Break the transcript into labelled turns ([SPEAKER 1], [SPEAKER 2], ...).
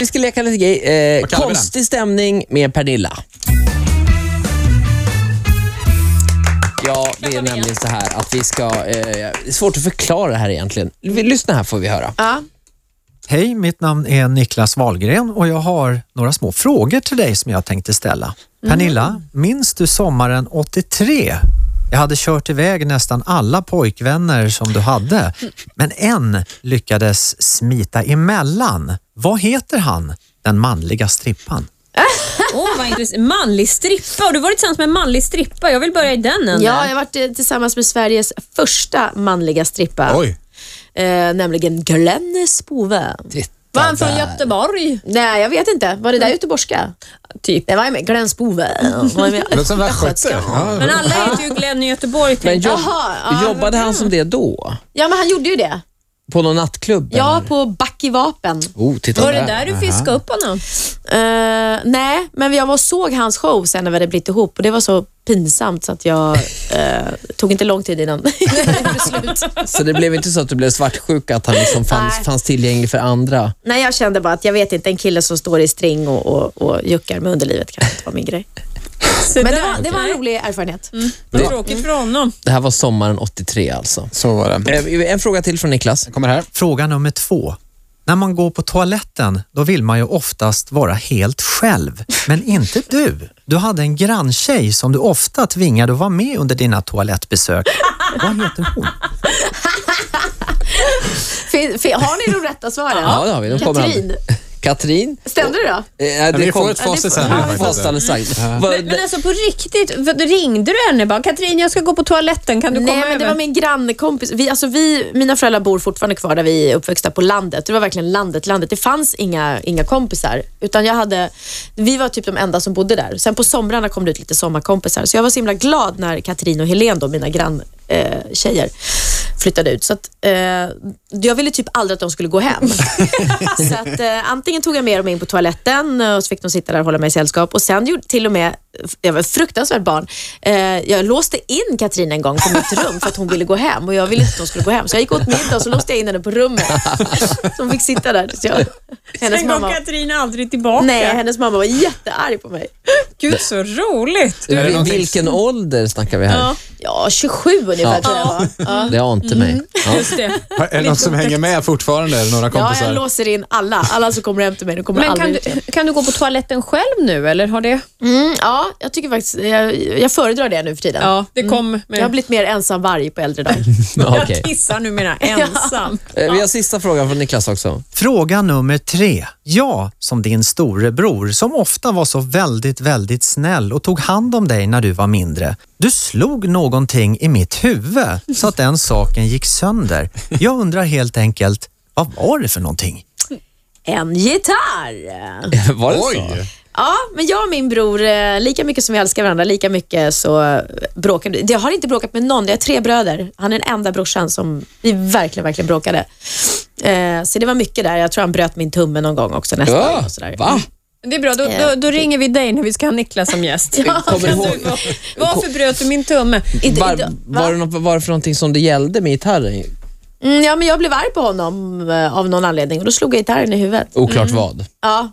[SPEAKER 1] Vi ska leka lite grej. Eh,
[SPEAKER 2] Vad kallar vi den?
[SPEAKER 1] konstig stämning med Pernilla. Ja, det är
[SPEAKER 3] igen.
[SPEAKER 1] nämligen så här att vi ska... Eh, det är svårt att förklara det här egentligen. Vi- Lyssna här får vi höra.
[SPEAKER 3] Ja.
[SPEAKER 4] Hej, mitt namn är Niklas Wahlgren och jag har några små frågor till dig som jag tänkte ställa. Pernilla, minns du sommaren 83? Jag hade kört iväg nästan alla pojkvänner som du hade, men en lyckades smita emellan. Vad heter han, den manliga strippan?
[SPEAKER 5] Åh, vad intressant. Manlig strippa. Har du varit tillsammans med en manlig strippa? Jag vill börja i den änden.
[SPEAKER 3] Ja, jag har varit eh, tillsammans med Sveriges första manliga strippa,
[SPEAKER 2] Oj.
[SPEAKER 3] eh, nämligen Glenn Spove.
[SPEAKER 1] Titta
[SPEAKER 5] Var han från
[SPEAKER 1] där.
[SPEAKER 5] Göteborg? Mm.
[SPEAKER 3] Nej, jag vet inte. Var det där göteborgska?
[SPEAKER 5] Typ.
[SPEAKER 3] Det var ju med Glenn Spove. Var ju med-
[SPEAKER 2] Det låter som västgöte.
[SPEAKER 5] Men
[SPEAKER 2] Ja.
[SPEAKER 5] alla heter ju Glenn i Göteborg. typ.
[SPEAKER 1] Men
[SPEAKER 5] tänkte jag.
[SPEAKER 1] jobb,
[SPEAKER 3] Jaha, ja,
[SPEAKER 1] jobbade han som det då?
[SPEAKER 3] Ja, men han gjorde ju det.
[SPEAKER 1] På någon nattklubb?
[SPEAKER 3] Ja,
[SPEAKER 1] eller?
[SPEAKER 3] på Back i vapen.
[SPEAKER 1] Oh, titta
[SPEAKER 5] Var det där du fiskade upp honom?
[SPEAKER 3] Eh, nej, men jag var och såg hans show sen när vi hade blivit ihop och det var så pinsamt så att jag eh, tog inte lång tid innan beslut.
[SPEAKER 1] Så det blev inte så att du blev svartsjuk, att han liksom fanns,
[SPEAKER 3] Nej.
[SPEAKER 1] fanns tillgänglig för andra?
[SPEAKER 3] Nej, jag kände bara att jag vet inte, en kille som står i string och, och, och juckar med underlivet kanske inte var min grej.
[SPEAKER 5] Se
[SPEAKER 3] Men det
[SPEAKER 5] där.
[SPEAKER 3] var, det var en
[SPEAKER 5] Nej,
[SPEAKER 3] rolig erfarenhet.
[SPEAKER 5] vad Tråkigt för honom.
[SPEAKER 1] Det här var sommaren 83 alltså.
[SPEAKER 2] Så var det.
[SPEAKER 1] Eh, En fråga till från Niklas.
[SPEAKER 2] Den kommer här.
[SPEAKER 4] Fråga nummer två. När man går på toaletten, då vill man ju oftast vara helt själv. Men inte du. Du hade en granntjej som du ofta tvingade att vara med under dina toalettbesök. Vad heter hon?
[SPEAKER 3] Fin, fin, har ni de rätta svaren?
[SPEAKER 1] Ja, det har vi. De kommer
[SPEAKER 3] Katrin,
[SPEAKER 1] aldrig. Katrin?
[SPEAKER 3] stämde det då?
[SPEAKER 1] Eh, nej,
[SPEAKER 2] vi får
[SPEAKER 1] kom-
[SPEAKER 2] ett facit sen.
[SPEAKER 1] Ja,
[SPEAKER 2] Ja,
[SPEAKER 1] vi får
[SPEAKER 2] faktiskt.
[SPEAKER 1] facit alldeles strax.
[SPEAKER 5] Men, men alltså på riktigt, vad- ringde du henne bara “Katrin, jag ska gå på toaletten, kan du
[SPEAKER 3] Nej,
[SPEAKER 5] komma
[SPEAKER 3] men det
[SPEAKER 5] över?”
[SPEAKER 3] var min grannkompis. Vi, alltså vi, mina föräldrar bor fortfarande kvar där vi är uppväxta på landet. Det var verkligen landet, landet. Det fanns inga, inga kompisar. Utan jag hade, vi var typ de enda som bodde där. Sen på somrarna kom det ut lite sommarkompisar. Så jag var så himla glad när Katrin och Helene, då, mina granntjejer, eh, tjejer, flyttade ut. Så att, eh, jag ville typ aldrig att de skulle gå hem. så att, eh, antingen tog jag med dem in på toaletten eh, och så fick de sitta där och hålla mig i sällskap. Och sen gjorde till och med, jag var ett fruktansvärt barn, eh, jag låste in Katrin en gång på mitt rum för att hon ville gå hem och jag ville inte att hon skulle gå hem. Så jag gick åt middag och så låste jag in henne på rummet. Så hon fick sitta där tills jag... Hennes
[SPEAKER 5] Sen kom
[SPEAKER 3] mamma,
[SPEAKER 5] Katrin aldrig tillbaka.
[SPEAKER 3] nej, hennes mamma var jättearg på mig.
[SPEAKER 5] Gud, så roligt.
[SPEAKER 1] Du,
[SPEAKER 2] Är det
[SPEAKER 1] vil-
[SPEAKER 2] någonting-
[SPEAKER 1] vilken ålder snackar vi här?
[SPEAKER 3] Ja, 27 ungefär
[SPEAKER 1] Ja.
[SPEAKER 3] tror jag var. Ja.
[SPEAKER 1] Det ante mig. Ja.
[SPEAKER 5] Just det.
[SPEAKER 2] Har- Är det något som hänger med fortfarande? Är det Några
[SPEAKER 3] Ja, jag
[SPEAKER 2] kompisar?
[SPEAKER 3] låser in alla. Alla som kommer hem till mig, de kommer
[SPEAKER 5] Men
[SPEAKER 3] aldrig
[SPEAKER 5] kan
[SPEAKER 3] ut
[SPEAKER 5] du,
[SPEAKER 3] igen.
[SPEAKER 5] kan du gå på toaletten själv nu eller har det...
[SPEAKER 3] Mm, ja, jag tycker faktiskt, jag, jag föredrar det nu för tiden.
[SPEAKER 5] det kom med...
[SPEAKER 3] Mm. Jag har blivit mer ensamvarg på äldre dag.
[SPEAKER 1] Ja, okej.
[SPEAKER 5] Jag kissar numera ensam.
[SPEAKER 1] Eh, Vi har sista frågan från Niklas också.
[SPEAKER 4] Fråga nummer tre. Jag, som din storebror, som ofta var så väldigt, väldigt snäll och tog hand om dig när du var mindre. Du slog någonting i mitt huvud så att den saken gick sönder. Jag undrar helt enkelt, vad var det för någonting?
[SPEAKER 3] En gitarr!
[SPEAKER 1] Var det så?
[SPEAKER 2] Oj!
[SPEAKER 3] Ja, men jag och min bror, eh, lika mycket som vi älskar varandra, lika mycket så eh, bråkar vi. Jag har inte bråkat med någon, jag har tre bröder. Han är den enda brorsan som vi verkligen, verkligen bråkade. Eh, så det var mycket där. Jag tror han bröt min tumme någon gång också nästa gång.
[SPEAKER 1] Ja,
[SPEAKER 3] Och sådär.
[SPEAKER 1] va?
[SPEAKER 5] Det är bra, då, då,
[SPEAKER 3] Ja.
[SPEAKER 5] då ringer vi dig när vi ska ha Niklas som gäst.
[SPEAKER 1] Kommer du ihåg,
[SPEAKER 5] Varför bröt du min tumme?
[SPEAKER 3] Inte-
[SPEAKER 1] var,
[SPEAKER 3] inte- va?
[SPEAKER 1] var, det något, var det för någonting som det gällde med gitarren?
[SPEAKER 3] Mm, ja, men jag blev arg på honom eh, av någon anledning och då slog jag gitarren i huvudet.
[SPEAKER 1] Oklart vad.
[SPEAKER 3] Ja,